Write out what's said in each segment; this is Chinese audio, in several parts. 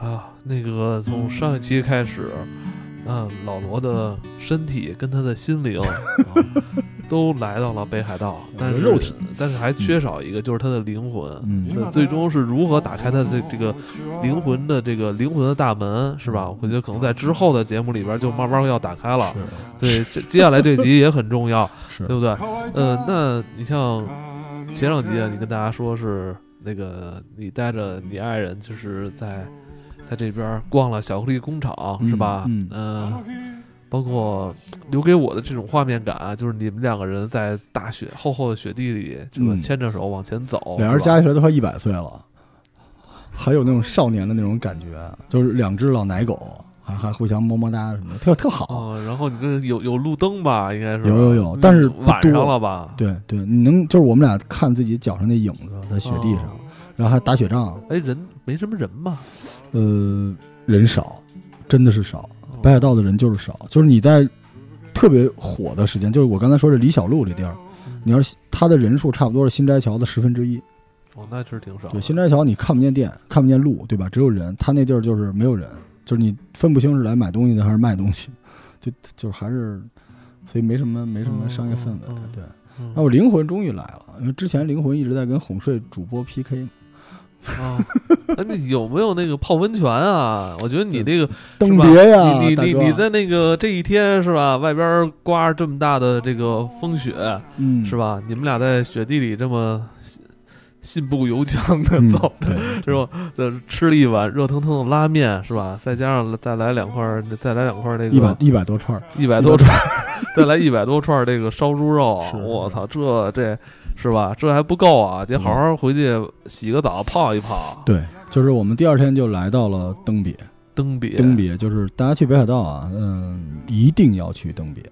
啊那个从上一期开始，嗯，老罗的身体跟他的心 灵、啊都来到了北海道，但是肉体，但是还缺少一个，就是他的灵魂。嗯，那最终是如何打开他的这这个灵魂的这个灵魂的大门，是吧？我觉得可能在之后的节目里边就慢慢要打开了。对，接接下来这集也很重要，是对不对？呃，那你像前两集啊，你跟大家说是那个你带着你爱人，就是在在这边逛了巧克力工厂，是吧？嗯呃包括留给我的这种画面感啊，就是你们两个人在大雪厚厚的雪地里，这个嗯牵着手往前走，俩人加起来都快一百岁了，还有那种少年的那种感觉，就是两只老奶狗，还还互相么么哒什么的，特特好。啊、然后你这有有路灯吧，应该是有有有嗯但是不晚上多了吧？对对，你能就是我们俩看自己脚上那影子在雪地上，哦然后还打雪仗，哎，人没什么人吧？呃，人少，真的是少，哦北海道的人就是少，就是你在特别火的时间，就是我刚才说这李小璐这地儿，嗯你要是它的人数差不多是新斋桥的十分之一。哦，那是挺少的对，新斋桥你看不见店，看不见路，对吧？只有人，他那地儿就是没有人，就是你分不清是来买东西的还是卖东西，就就是还是，所以没什么没什么商业氛围。嗯嗯对，嗯那我灵魂终于来了，因为之前灵魂一直在跟哄睡主播 PK 嘛啊， 哎那有没有那个泡温泉啊？我觉得你这个登别呀、你哦大你哥你你在那个这一天是吧？外边刮着这么大的这个风雪，嗯是？吧？你们俩在雪地里这么信信步由缰的 嗯走，对，是吧？再吃了一碗热腾腾的拉面，是吧？再加上再来两块儿，再来两块儿这一百个一百多串儿，一百多串儿， 再来一百多串儿这个烧猪肉是，嗯我操，这这是吧？这还不够啊，得好好回去洗个澡，泡一泡。对，就是我们第二天就来到了登别。登别，登别就是大家去北海道啊，嗯，一定要去登别。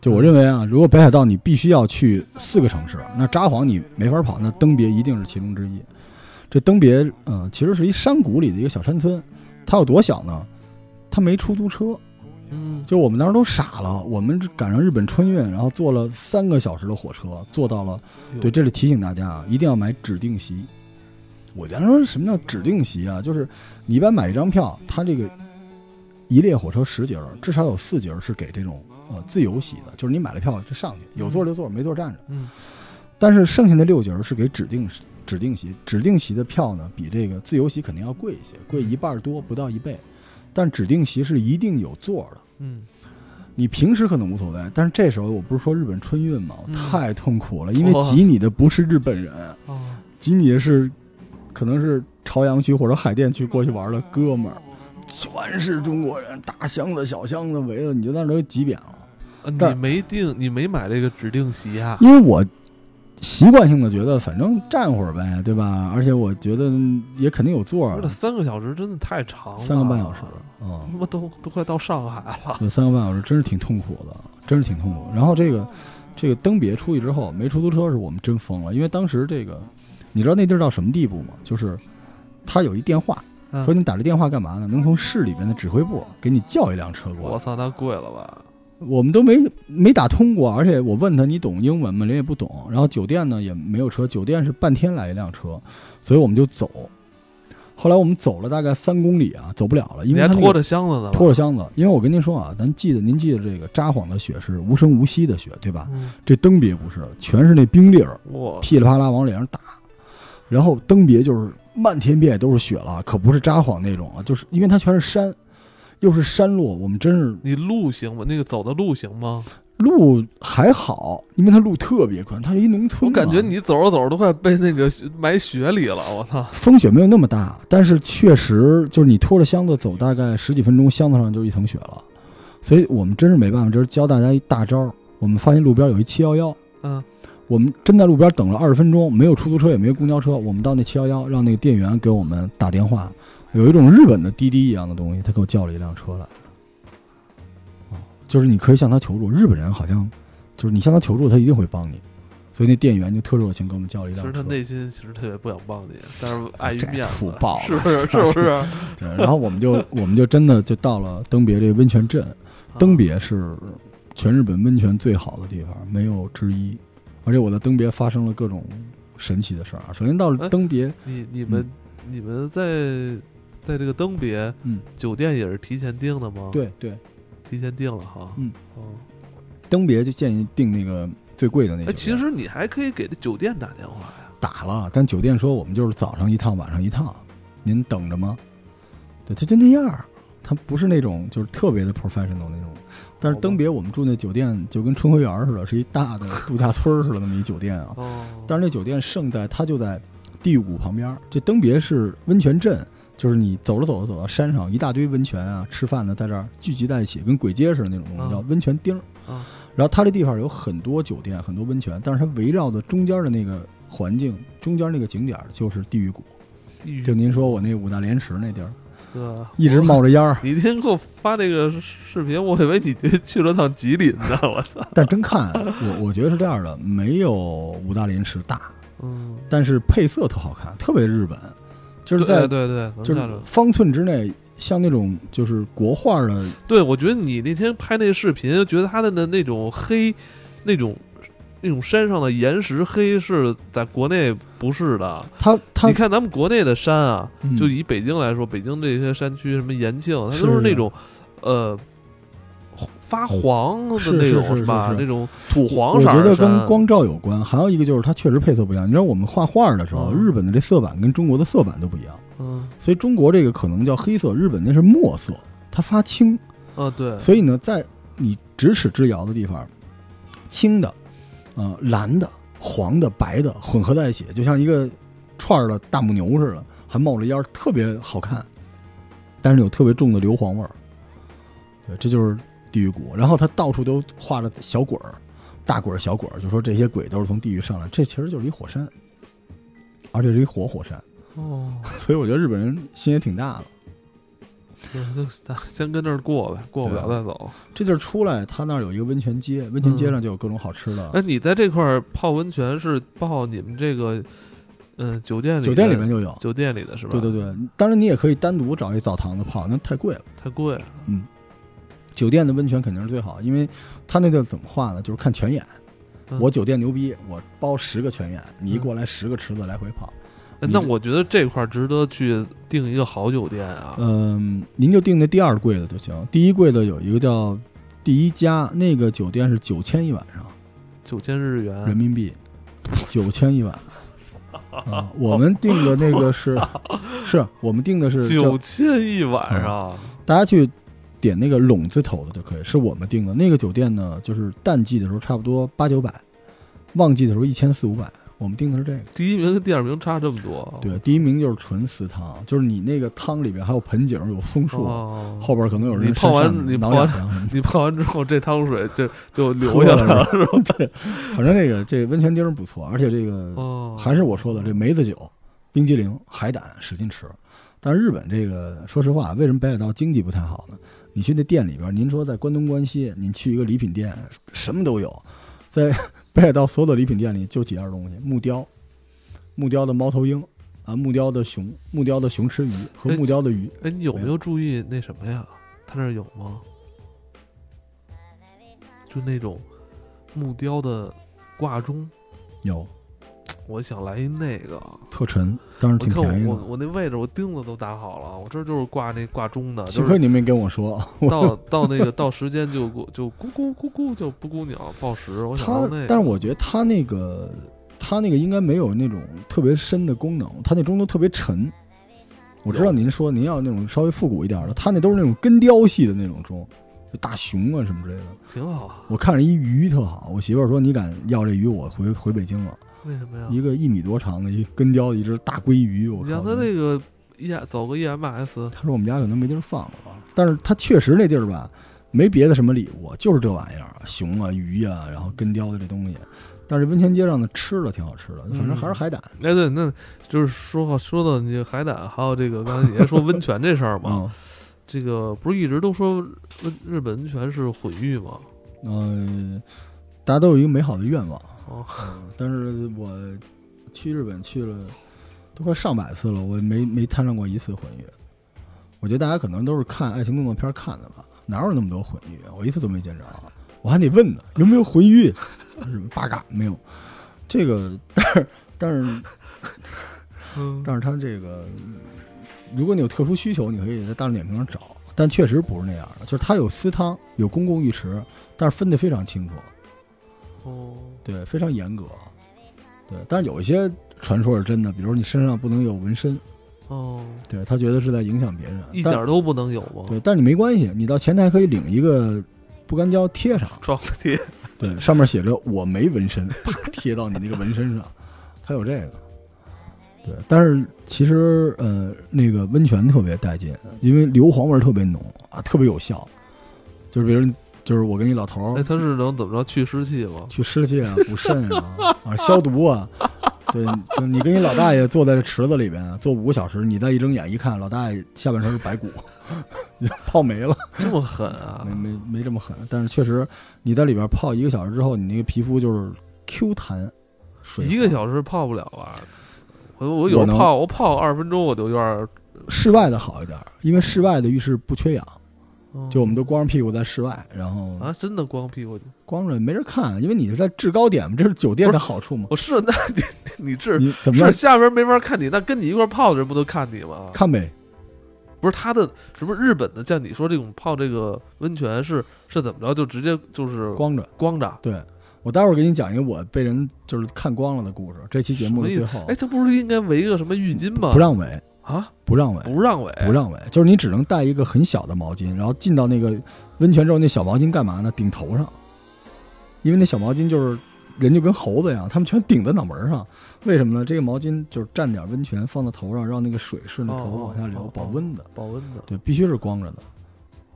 就我认为啊，如果北海道你必须要去四个城市，那札幌你没法跑，那登别一定是其中之一。这登别，嗯、其实是一山谷里的一个小山村，它有多小呢？它没出租车，嗯，就我们当时都傻了。我们赶上日本春运，然后坐了三个小时的火车，坐到了。嗯对，这里提醒大家啊，一定要买指定席。我原来说什么叫指定席啊？就是你一般买一张票，它这个一列火车十节儿，至少有四节儿是给这种呃自由席的，就是你买了票就上去，有座就坐，没座站着。嗯，但是剩下的六节儿是给指定指定席，指定席的票呢，比这个自由席肯定要贵一些，贵一半儿多，不到一倍。但指定席是一定有座儿的，嗯，你平时可能无所谓，但是这时候我不是说日本春运吗？嗯太痛苦了，因为哇挤你的不是日本人，哦，挤你的是可能是朝阳区或者海淀区过去玩的哥们儿，全是中国人，大箱子小箱子围着，你就在那儿都挤扁了。呃你但没定，你没买这个指定席啊？因为我习惯性的觉得，反正站会儿呗，对吧？而且我觉得也肯定有座不儿啊是，，三个小时真的太长了，三个半小时，嗯他。妈都都快到上海了。有三个半小时，真是挺痛苦的，真是挺痛苦。然后这个这个登别出去之后，没出租车是我们真疯了，因为当时这个你知道那地儿到什么地步吗？就是他有一电话，嗯说你打这电话干嘛呢？能从市里边的指挥部给你叫一辆车过我来。操，那贵了吧？我们都没没打通过，而且我问他你懂英文吗？人也不懂。然后酒店呢也没有车，酒店是半天来一辆车，所以我们就走。后来我们走了大概三公里啊，走不了了，因你为还他那个拖着箱子呢吧？拖着箱子，因为我跟您说啊，咱记得您记得这个札幌的雪是无声无息的雪，对吧？嗯，这登别不是，全是那冰粒儿我噼里啪啦往脸上打，然后登别就是漫天遍野都是雪了，可不是札幌那种啊，就是因为它全是山，又是山路，我们真是你路行吗？那个走的路行吗？路还好，因为它路特别宽，它是一农村我嘛，感觉你走着走着都快被那个雪埋雪里了，我操！风雪没有那么大，但是确实就是你拖着箱子走大概十几分钟，箱子上就一层雪了，所以我们真是没办法，这是教大家一大招儿。我们发现路边有一七幺幺，嗯，我们真在路边等了二十分钟，没有出租车也没有公交车，我们到那七幺幺，让那个店员给我们打电话，有一种日本的滴滴一样的东西，他给我叫了一辆车来。哦就是你可以向他求助，日本人好像就是你向他求助，他一定会帮你，所以那店员就特热情给我们叫了一其辆实车。他内心其实特别不想帮你，但是碍于这面土子，爆是不是？是 啊不是？对，然后我们就我们就真的就到了登别这温泉镇，啊登别是全日本温泉最好的地方，没有之一。而且我在登别发生了各哎种神奇的事儿啊。首先到了登别，你你们、你们在在这个登别，嗯，酒店也是提前订的吗？，对对，提前订了哈。嗯，哦，登别就建议订那个最贵的那酒哎，店。其实你还可以给这酒店打电话呀。打了，但酒店说我们就是早上一趟，晚上一趟，您等着吗？对，他就那样儿，他不是那种就是特别的 professional 那种。但是好吧登别我们住那酒店就跟春晖园儿似的，是一大的度假村儿似的那么一酒店 啊。哦，但是那酒店胜在它就在地谷旁边儿，这登别是温泉镇，就是你走着走着走到山上，一大堆温泉啊，吃饭的在这儿聚集在一起，跟鬼街似的那种东西，啊叫温泉町儿。啊然后它这地方有很多酒店，很多温泉，但是它围绕的中间的那个环境，中间那个景点儿就是地狱谷。地狱就您说我那五大连池那地儿，哥一直冒着烟儿，你那天给我发那个视频，我以为你就去了趟吉林呢，我操！但真看啊我我觉得是这样的，没有五大连池大，嗯，但是配色特好看，特别日本，就是在对呃对对，能就看是出。方寸之内，像那种就是国画的，对，我觉得你那天拍那视频，觉得他的那那种黑，那种那种山上的岩石黑是在国内不是的。它它你看咱们国内的山啊，嗯就以北京来说，北京这些山区，什么延庆，它是都是是嗯那种，呃，发黄的是那是种是是吧？是那种土黄我色儿觉的得山跟，光照有关，还有一个就是它确实配色不一样。你知道我们画画的时候，嗯日本的这色板跟中国的色板都不一样，嗯所以中国这个可能叫黑色，日本那是墨色，它发青。啊，对，所以呢，在你咫尺之遥的地方，青的、呃蓝的、黄的、白的混合在一起，就像一个串儿的大母牛似的，还冒着烟儿，特别好看，但是有特别重的硫磺味儿。对，这就是地狱谷。然后它到处都画着小鬼儿、大鬼儿、小鬼儿，就说这些鬼都是从地狱上来，这其实就是一火山，而且是一活火山。 哦，所以我觉得日本人心也挺大的。对就先跟那儿过呗，过不了对啊再走。这地儿出来，它那儿有一个温泉街，温泉街上就有各种好吃的。哎，你在这块儿泡温泉是泡你们这个，嗯，酒店里酒店里的面就有。酒店里的是吧？对对对，当然你也可以单独找一澡堂子泡，那太贵了。太贵了。酒店的温泉肯定是最好，因为它那叫怎么画呢？就是看泉眼。嗯我酒店牛逼，我包十个泉眼，你一过来十个池子来回泡。哎你那这我觉得这块儿值得去订一个好酒店啊。嗯，您就订那第二贵的就行。第一贵的有一个叫第一家，那个酒店是九千一晚上九千日元，人民币，九千一晚。 啊，我们订的那个是，是我们订的是叫嗯九千一晚上，啊大家去点那个拢字头的就可以，是我们订的。那个酒店呢，就是淡季的时候差不多八九百，旺季的时候一千四五百。我们订的是这个。第一名跟第二名差这么多。对，第一名就是纯私汤，就是你那个汤里边还有盆景，有松树，哦，后边可能有人你泡完身上你挠泡完痒痒你泡完之后，这 汤水就就流下来了，是吧？对，反正这个这温泉地儿不错，而且这个哦，还是我说的这梅子酒、冰激凌、海胆使劲吃。但是日本这个，说实话，为什么北海道经济不太好呢？你去那店里边，您说在关东关西，你去一个礼品店，什么都有，在 北海道所有的礼品店里就几样东西：木雕、木雕的猫头鹰啊，木雕的熊、木雕的熊吃鱼和哎木雕的鱼。哎，你有没有注意那什么呀？他那儿有吗？就那种木雕的挂钟，有我想来一那个。特沉，当然我挺看便宜我的。我那位置我钉子都打好了，我这儿就是挂那挂钟的，幸就亏是您没跟我说，到到那个到时间就咕就咕咕咕咕就布谷鸟报时。我想它要那，但个是我觉得它那个，它那个应该没有那种特别深的功能，它那钟都特别沉。我知道有您说您要那种稍微复古一点的，它那都是那种根雕系的那种钟，就大熊啊什么之类的。挺好。啊我看着一鱼特好，我媳妇儿说你敢要这鱼，我回回北京了。为什么呀？一个一米多长的一根雕的一只大鲑鱼，我你靠让！他那个 E 走个 EMS，他说我们家可能没地儿放了，啊但是他确实那地儿吧，没别的什么礼物，就是这玩意儿，熊啊、鱼啊，然后根雕的这东西。但是温泉街上的吃的挺好吃的，反正还是海胆。哎对，那就是说好说到你这海胆，还有这个刚才也说温泉这事儿嘛，嗯，这个不是一直都说日日本温泉是毁誉吗？呃，大家都有一个美好的愿望。哦嗯但是我去日本去了都快上百次了，我没没摊上过一次混浴。我觉得大家可能都是看爱情动作片看的吧，哪有那么多混浴？我一次都没见着，啊我还得问呢，有没有混 浴？日本八嘎没有。这个，但是但是嗯，但是他这个如果你有特殊需求，你可以在大众点评上找，但确实不是那样的，就是它有私汤，有公共浴池，但是分得非常清楚，哦，对，非常严格，啊对。但是有一些传说是真的，比如你身上不能有纹身，哦，对他觉得是在影响别人，一但点都不能有吗？对，但是你没关系，你到前台可以领一个不干胶贴上，撞个贴，对，上面写着我没纹身，啪贴到你那个纹身上，它有这个。对，但是其实呃，那个温泉特别带劲，因为硫磺味儿特别浓啊，特别有效。就是比如，就是我跟一老头哎，儿它是能怎么着去湿气吗？去湿气啊、 补肾啊、啊消毒啊，对，就你跟一老大爷坐在这池子里边啊坐五个小时，你再一睁眼一看，老大爷下半身是白骨， 你就泡没了。这么狠啊没！没没这么狠，但是确实你在里边泡一个小时之后，你那个皮肤就是 Q 弹，水一个滑小时泡不了吧？我我有时我能候泡，我泡二十分钟我就有点儿，室外的好一点，因为室外的浴室不缺氧，嗯就我们都光着屁股在室外，然后啊，真的光屁股。光着没人看，因为你是在制高点嘛，这是酒店的好处嘛。我是那你你这你怎么是着下边没法看你，那跟你一块儿泡的人不都看你吗？看呗？不是他的，是不是日本的？像你说这种泡这个温泉是是怎么着？就直接就是光着。光着？对我待会儿给你讲一个我被人就是看光了的故事，这期节目的最后哎，他不是应该围个什么浴巾吗？不让围，啊，不让围。不让围，不让围，就是你只能带一个很小的毛巾，然后进到那个温泉之后，那小毛巾干嘛呢？顶头上，因为那小毛巾就是人就跟猴子一样，他们全顶在脑门上。为什么呢？这个毛巾就是蘸点温泉放到头上，让那个水顺着头发往下流，哦哦哦保温的。保温的。对，必须是光着的，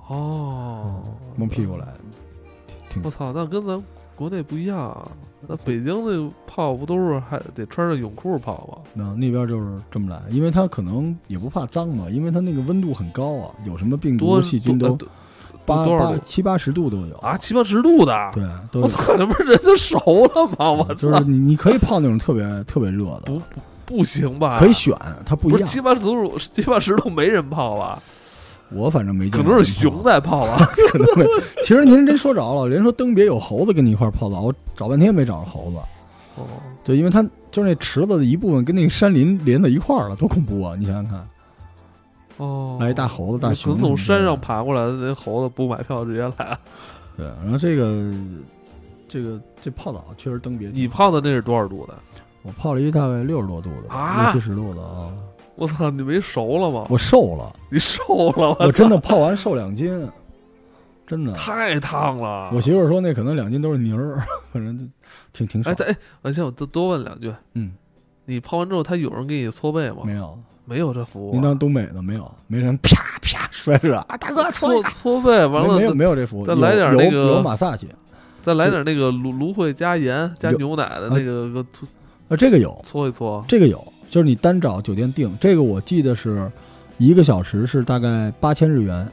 哦，蒙嗯屁股来的。我操，那跟咱国内不一样啊。那北京那泡不都是还得穿着泳裤泡吗？那那边就是这么来，因为它可能也不怕脏嘛，因为它那个温度很高啊，有什么病毒、多细菌多都多八多少八度七八十度都有啊？。七八十度的。对，都有我操，那不是人都熟了吗？我就操是，你你可以泡那种特别特别热的，不不不行吧？可以选，它不不一是样。七八十度，七八十度没人泡吧？我反正没见可过，能是熊，在泡吧？可能 没。其实您真说着了，人说登别有猴子跟你一块儿泡澡，我找半天没找着猴子。哦，对，因为它就是那池子的一部分跟那个山林连在一块儿了，多恐怖啊！你想想看，哦，来一大猴子、大可熊能什么从的山上。爬过来的那猴子不买票直接来 了。对，然后这个这个这泡澡确实登别。你泡的那是多少度的？我泡了一大概六十多度的，啊六七十度的啊。我操，你没熟了吗？我瘦了，你瘦了，我真的泡完瘦两斤，真的。太烫了。我媳妇儿说那可能两斤都是泥儿， 反正就挺挺哎，爽。咱哎，我想多多问两句，嗯，你泡完之后，他有人给你搓背吗？没有。没有这服务啊。您当东北的没有？没人 啪啪摔着啊，大哥搓搓一下搓背，完没没有了没有这服务，再有来点那个有有马萨去再来点那个芦芦荟加盐加有牛奶的那个个搓啊，这个有，搓一搓。这个有，就是你单找酒店订，这个我记得是一个小时是大概八千日元，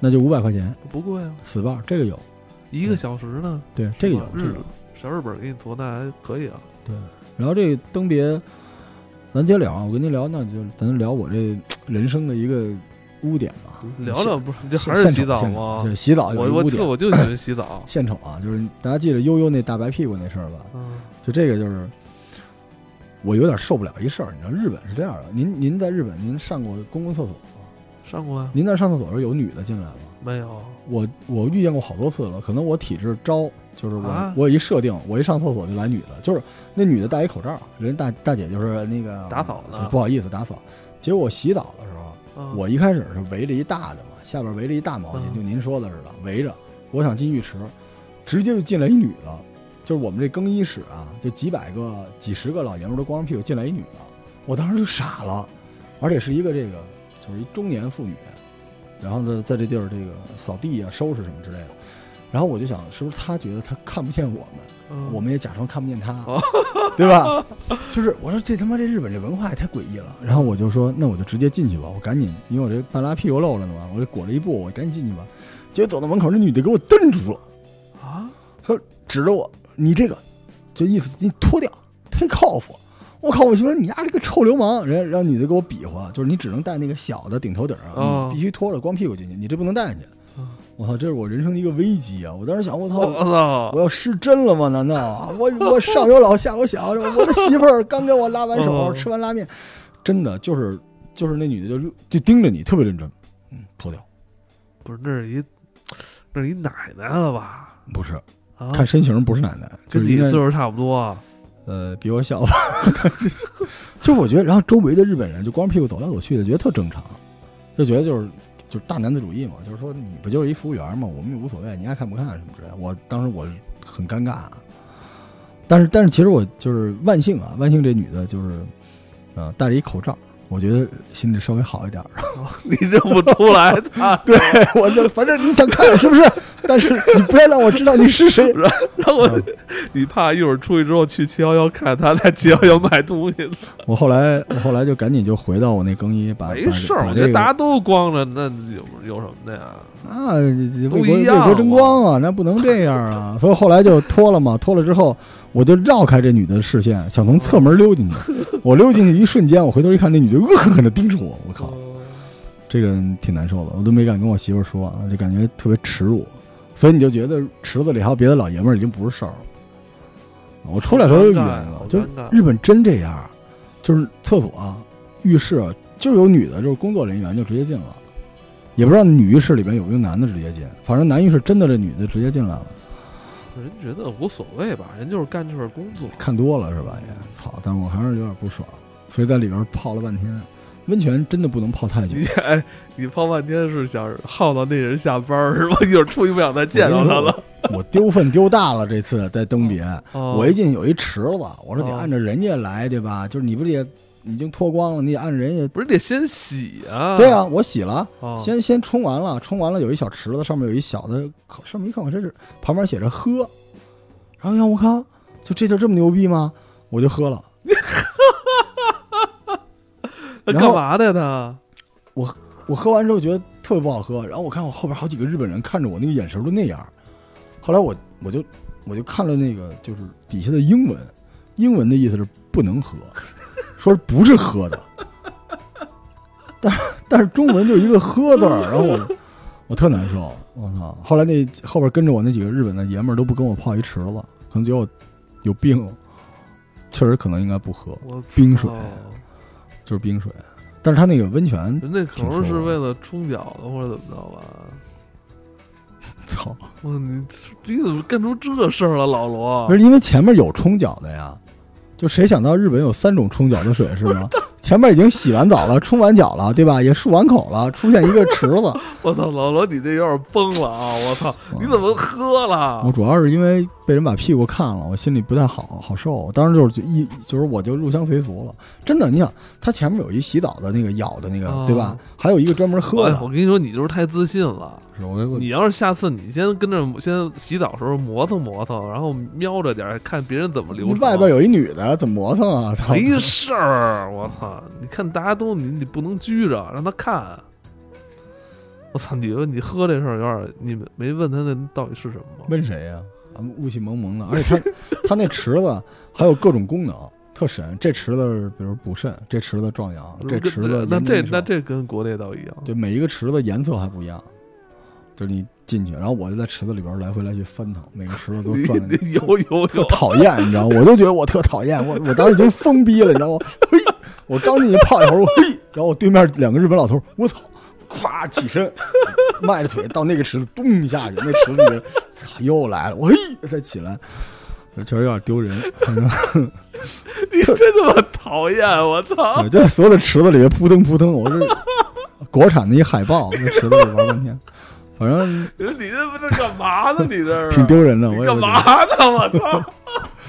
那就五百块钱不贵啊，死伴儿，这个有，一个小时呢。对，这个有吧，这个日有，小日本给你搓，那还可以啊。对。然后这个登别，咱接着聊啊，我跟您聊，那就咱就聊我这人生的一个污点吧，聊聊不是，你这嗯现还是现洗场澡现吗场？对洗澡有我一我污就点，。我就喜欢洗澡献丑啊，就是大家记得悠悠那大白屁股那事儿吧。嗯，就这个就是我有点受不了一事儿。你知道日本是这样的，您您在日本您上过公共厕所吗？上过啊？您在上厕所的时候有女的进来吗？没有。我我遇见过好多次了，可能我体质招，就是我、啊我有一设定，我一上厕所就来女的，就是那女的戴一口罩，人大大姐就是那个打扫呢不好意思打扫。结果我洗澡的时候，嗯我一开始是围着一大的嘛，下边围着一大毛巾，嗯就您说的似的，围着。我想进浴池，直接就进来一女的，就是我们这更衣室啊，就几百个、几十个老爷们儿都光着屁股进来一女的，我当时就傻了，而且是一个这个就是一中年妇女，然后呢在这地儿这个扫地啊、收拾什么之类的。然后我就想，是不是她觉得她看不见我们，嗯我们也假装看不见他哦， 对吧？就是我说这他妈这日本这文化也太诡异了。然后我就说，那我就直接进去吧，我赶紧，因为我这半拉屁股露着呢嘛，我就裹着一布，我赶紧进去吧。结果走到门口，那女的给我瞪住了，啊，指着我，你这个，就意思你脱掉，take off。我靠！我心说你丫这个臭流氓，人家让女的给我比划，就是你只能戴那个小的顶头顶啊，哦你必须脱了光屁股进去，你这不能戴进去嗯。我操，这是我人生的一个危机啊！我当时想，我操，我操！我要失真了吗？难道 啊我我上有老下有小，我的媳妇儿刚给我拉完手，嗯吃完拉面，真的就是就是那女的就就盯着你，特别认真，嗯，脱掉，不是那是一那是一奶奶了吧？不是，啊，看身形不是奶奶，就跟是你应该岁数差不多，啊呃，比我小吧。 就是我觉得，然后周围的日本人就光屁股走来走去的，觉得特正常，就觉得就是就是大男子主义嘛，就是说你不就是一服务员嘛，我们也无所谓，你爱看不看什么之类的。我当时我很尴尬，但是但是其实我就是万幸啊，万幸这女的就是呃戴着一口罩，我觉得心里稍微好一点儿。 你认不出 来他，对，我就反正你想看是不是？ 但是你不要让我知道你是谁。然后我嗯你怕一会儿出去之后去七幺幺看他在七幺幺卖东西呢，我后来我后来就赶紧就回到我那更衣，把没事儿，啊把我觉得这把这个大家都光着，那有有什么的呀？那呃为不国一为样国争光啊，那不能这样啊！ 所以后来就脱了嘛，脱了之后，我就绕开这女的视线，想从侧门溜进去。我溜进去一瞬间，我回头一看，那女的恶狠狠地盯着我，我靠，嗯这个挺难受的，我都没敢跟我媳妇儿说啊，就感觉特别耻辱。所以你就觉得池子里还有别的老爷们儿已经不是事儿了。我出来的时候就好晕尴尬了好，就尴尬日本真这样，就是厕所啊、浴室啊就有女的，就是工作人员就直接进了，也不知道女浴室里边有没有男的直接进，反正男浴室真的这女的直接进来了，人觉得无所谓吧，人就是干这份工作。看多了是吧？也操，但我还是有点不爽，所以在里边泡了半天。温泉真的不能泡太久你，哎，你泡半天是想耗到那人下班儿是吧？一会儿出去不想再见到他了。我丢粪丢大了。这次在登别，哦我一进有一池子，我说得哦按照人家来，对吧？就是你不得已经脱光了，你得按人家。不是得先洗啊？对啊，我洗了，哦，先先冲完了，冲完了有一小池子，上面有一小的，靠上面一看我这是旁边写着喝，然后让我看，就这就这么牛逼吗？我就喝了，那然干后嘛的呢？我喝完之后觉得特别不好喝，然后我看我后边好几个日本人看着我那个眼神都那样，后来我我就我就看了那个就是底下的英文，英文的意思是不能喝，说是不是喝的，但是但是中文就一个喝字儿，然后我我特难受，我操！后来那后边跟着我那几个日本的爷们儿都不跟我泡一池子，可能觉得我有病，确实可能应该不喝，我操冰水就是冰水，但是他那个温泉人那可挺能瘦是的为了冲饺子或者怎么着吧？操。哇，你你怎么干出这事儿了，老罗不？是因为前面有冲脚的呀，就谁想到日本有三种冲脚的水是吗？前面已经洗完澡了，冲完脚了，对吧？也漱完口了，出现一个池子。我操，老罗，你这有点崩了啊！我操，你怎么喝我了？主要是因为被人把屁股看了，我心里不太好好受。我当时就是一就是我就入乡随俗了，真的。你想，它前面有一洗澡的那个舀的那个，哦对吧？还有一个专门喝哎的我。跟你说，你就是太自信了。是我给我你要是下次你先跟着先洗澡的时候磨蹭磨蹭，然后瞄着点儿看别人怎么流程。外边有一女的，怎么磨蹭啊？操！没事儿，我操！你看大家都你你不能拘着，让他看。我操！你说你喝这事儿有点儿，你没没问他那到底是什么吗？问谁呀、啊？雾气蒙蒙的，而且它它那池子还有各种功能，特神。这池子比如补肾，这池子壮阳，这池子那延这年益寿那这跟国内倒一样。对每一个池子颜色还不一样，就是你进去，然后我就在池子里边来回来去翻腾，每个池子都你 转了你有有特 有，讨厌，你知道吗？我都觉得我特讨厌，我 我当时已经疯逼了，你知道吗？ 嘿，我刚进去泡一会儿，我嘿，然后我对面两个日本老头，我操，咵起身，迈着腿到那个池子咚下去，那池子里面，操又来了，我嘿再起来，确实有点丢人。 反正你真他妈讨厌！我操！我在所有的池子里面扑腾扑腾，我是 国产的一海豹，那池子里玩半天，反正你说你这不是干嘛呢？你这是挺丢人的。我你也干不知道嘛呢？我操！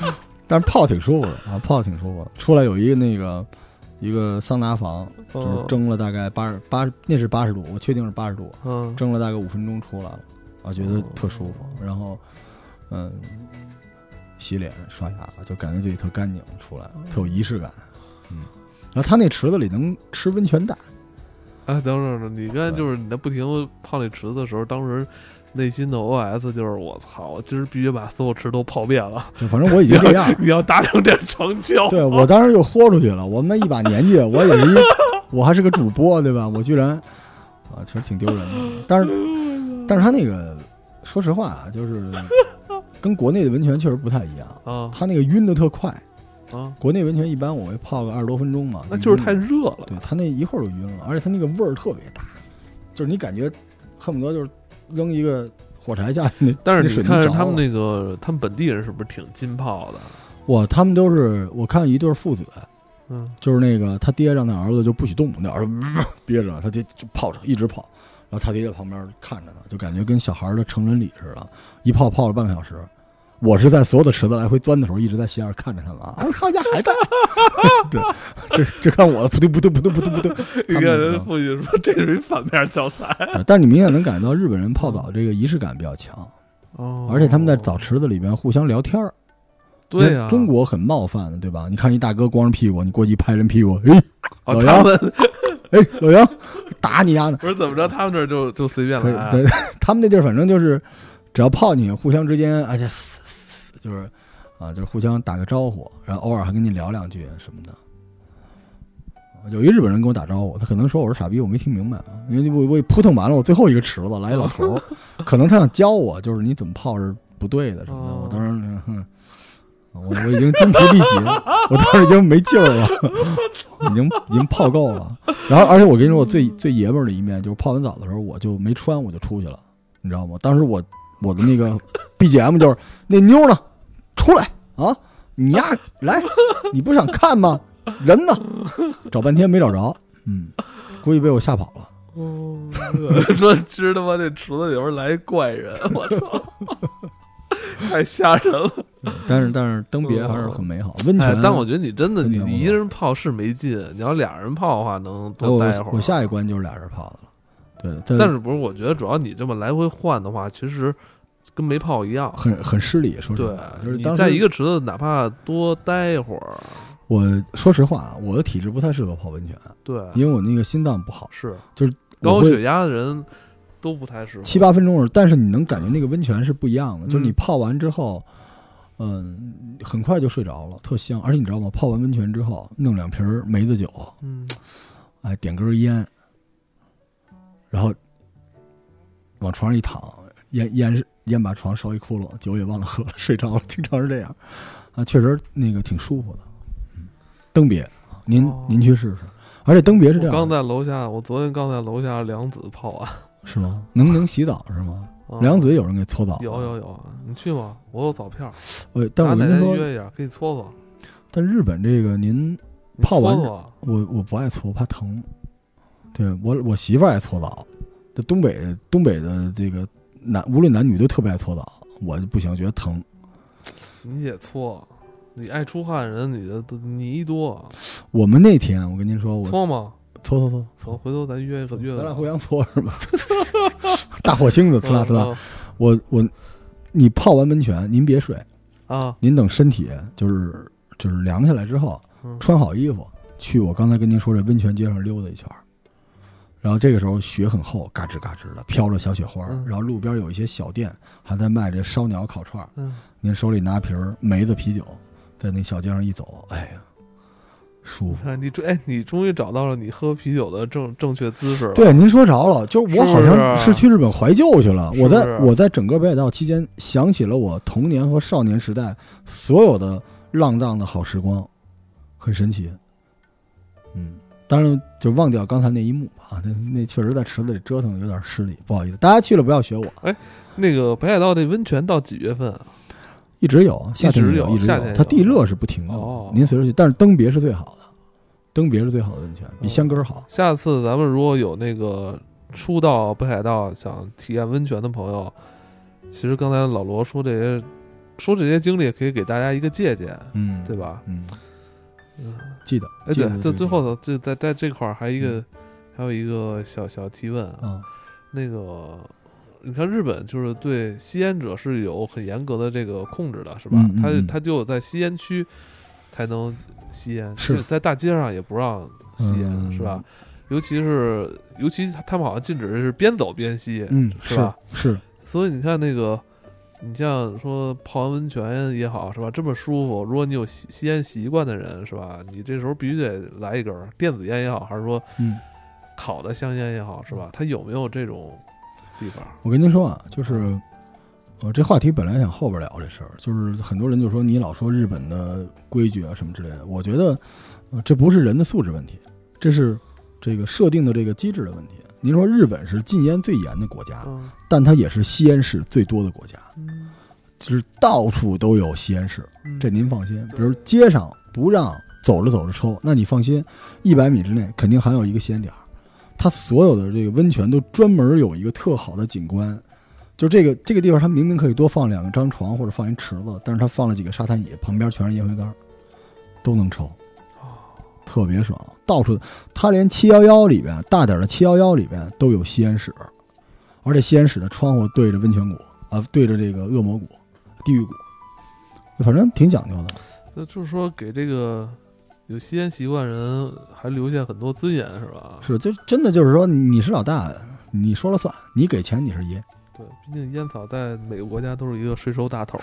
但是泡挺舒服的啊，泡挺舒服的。出来有一个那个一个桑拿房，哦就是蒸了大概八十八，那是八十度，我确定是八十度，嗯，蒸了大概五分钟出来了，啊，觉得特舒服。然后，嗯，洗脸刷牙，就感觉自己特干净，出来特有仪式感。嗯，然后他那池子里能吃温泉蛋， 哎，等会儿等会儿，你刚才就是你在不停泡那池子的时候，当时内心的 OS 就是我操，我今儿必须把所有池都泡遍了。就反正我已经这样 。了你要达成这成 就，对我当时就豁出去了，我们一把年纪，我也是一，我还是个主播，对吧？我居然啊，其实挺丢人的。但是，但是他那个，说实话啊，就是跟国内的温泉确实不太一样，啊，他那个晕的特快，啊，国内温泉一般我会泡个二十多分钟嘛，那就是太晕了热了。嗯对它那一会儿就晕了，而且它那个味儿特别大，就是你感觉恨不得就是扔一个火柴下去，那但那是水你能看着着他们了那个，他们本地人是不是挺浸泡的？哇，他们都是我看一对父子，嗯，就是那个他爹让他儿子就不许动，那儿子嗯憋着，他爹就泡着一直泡，然后他爹在旁边看着呢，就感觉跟小孩的成人礼似的，一泡泡了半个小时。我是在所有的池子来回钻的时候，一直在斜眼看着他们啊，哎，看人家还在， 对，就就看我扑通扑通扑通扑通扑通。你他看们人知家道父亲说这是一反面教 材。呃但是你明显能感觉到日本人泡澡这个仪式感比较强，哦而且他们在澡池子里边互相聊天儿。对啊呀、中国很冒犯的，对吧？你看一大哥光着屁股，你过去一拍人屁股，哎哦，老他杨们 哎，老杨打你丫的！不是怎么着，他们这儿就就随便可以来、，啊。对， 他们那地儿反正就是，只要泡你，互相之间，而且嘶嘶嘶就是啊，就是互相打个招呼，然后偶尔还跟你聊两句什么的。有一日本人跟我打招呼，他可能说我是傻逼，我没听明白啊，因为我我也扑腾完了，我最后一个池子来一老头儿，可能他想教我，就是你怎么泡是不对的什么的。哦我当时，哼，我我已经精疲力竭了，我当时已经没劲儿了，已经已经泡够了。然后，而且我跟你说，我最最爷们儿的一面就是泡完澡的时候，我就没穿，我就出去了，你知道吗？当时我我的那个 BGM 就是那妞儿呢，出来啊，你呀来，你不是想看吗？人呢？找半天没找着，嗯，估计被我吓跑了。哦， 说吃他妈这池子里边来一怪人，我操，太吓人了。但是但是登别还是很美好， 温泉。哎，但我觉得你真的，温你泉你我一人泡是没劲，你要俩人泡的话，能哎多我待一会儿。啊我下一关就是俩人泡的了，对，但但是不是？我觉得主要你这么来回换的话，其实跟没泡一样。很很失礼，说实对话，，就是你当时在一个池子，哪怕多待一会儿，啊我说实话啊，我的体质不太适合泡温泉，对，因为我那个心脏不好，是我啊高会血压的人都不太适合。七八分钟的时候，但是你能感觉那个温泉是不一样的，嗯就是你泡完之后，嗯，很快就睡着了，特香。而且你知道吗？泡完温泉之后，弄两瓶梅子酒，嗯，哎，点根烟，然后往床上一躺，烟烟是烟把床烧一窟窿，酒也忘了喝了，睡着了，经常是这样啊，确实那个挺舒服的。嗯登别，您哦您去试试，而且登别是这我刚样的，在楼下，我昨天刚在楼下梁子泡啊完。是吗？能能洗澡是吗？啊梁子有人给搓澡，有有有，你去吗？我有早票，呃，但是我咱俩哪跟您天说，约一下，给你搓搓。但日本这个您，你泡完搓搓，我我不爱搓，怕疼。对我我媳妇儿爱搓澡，这东北东北的这个男无论男女都特别爱搓澡，我就不行，觉得疼。你也搓。你爱出汗人，你的泥多，我们那天我跟您说，我搓搓吗？搓搓搓，回头咱约一个约个。搓，咱俩互相搓是吧？ 大火星子，呲啦呲啦。嗯我我你泡完温泉，您别睡，嗯啊，您等身体就是就是凉下来之后，嗯穿好衣服去我刚才跟您说这温泉街上溜达一圈儿，然后这个时候雪很厚，嘎吱嘎吱的飘着小雪花儿，嗯然后路边有一些小店还在卖这烧鸟烤串儿，嗯，您手里拿瓶儿梅子啤酒，在那小街上一走，哎呀，舒服。看你终哎，你终于找到了你喝啤酒的正正确姿势了。，对，您说着了，就是是我不好像是是去日本怀旧去了。是我不在是啊我在整个北海道期间，想起了我童年和少年时代所有的浪荡的好时光，很神奇。嗯，当然就忘掉刚才那一幕吧啊，那那确实在池子里折腾有点失礼，不好意思，大家去了不要学我，那个北海道那温泉到几月份啊？一直有啊，夏天一直也有一直夏天它有啊地热是不停的，哦您随时去，但是登别是最好的，登别是最好的温泉，比哦香根儿好。下次咱们如果有那个初到北海道想体验温泉的朋友，其实刚才老罗说这些，说这些经历也可以给大家一个借鉴，嗯，对吧？嗯，嗯，记得，哎，记对得，就这最个后头就在在这块儿还有一个、嗯还有一个小小提问啊，啊，那个。你看日本就是对吸烟者是有很严格的这个控制的，是吧？嗯嗯他嗯他只有在吸烟区才能吸烟，是就在大街上也不让吸烟，嗯是吧？尤其是尤其他们好像禁止是边走边吸，嗯，是是吧是，所以你看那个，你像说泡完温泉也好，是吧？这么舒服，如果你有吸吸烟习惯的人，是吧？你这时候必须得来一根儿电子烟也好，还是说嗯。烤的香烟也好，是吧？它有没有这种地方？我跟您说啊，就是呃，这话题本来想后边聊这事儿，就是很多人就说你老说日本的规矩啊什么之类的，我觉得、呃、这不是人的素质问题，这是这个设定的这个机制的问题。您说日本是禁烟最严的国家，嗯但它也是吸烟室最多的国家，嗯就是到处都有吸烟室，嗯这您放心。比如街上不让走着走着抽，那你放心，一百米之内肯定还有一个吸烟点儿。它所有的这个温泉都专门有一个特好的景观，就这个这个地方，它明明可以多放两张床或者放一池子，但是它放了几个沙滩椅，旁边全是烟灰缸，都能抽，特别爽。到处，它连七幺幺里边大点儿的七幺幺里边都有吸烟室，而且吸烟室的窗户对着温泉谷啊、对着这个恶魔谷、地狱谷，反正挺讲究的。那就是说给这个有吸烟习惯人还留下很多尊严是吧？是，就真的就是说，你是老大，你说了算，你给钱你是爷。对，毕竟烟草在每个国家都是一个税收大头。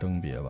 登别吧。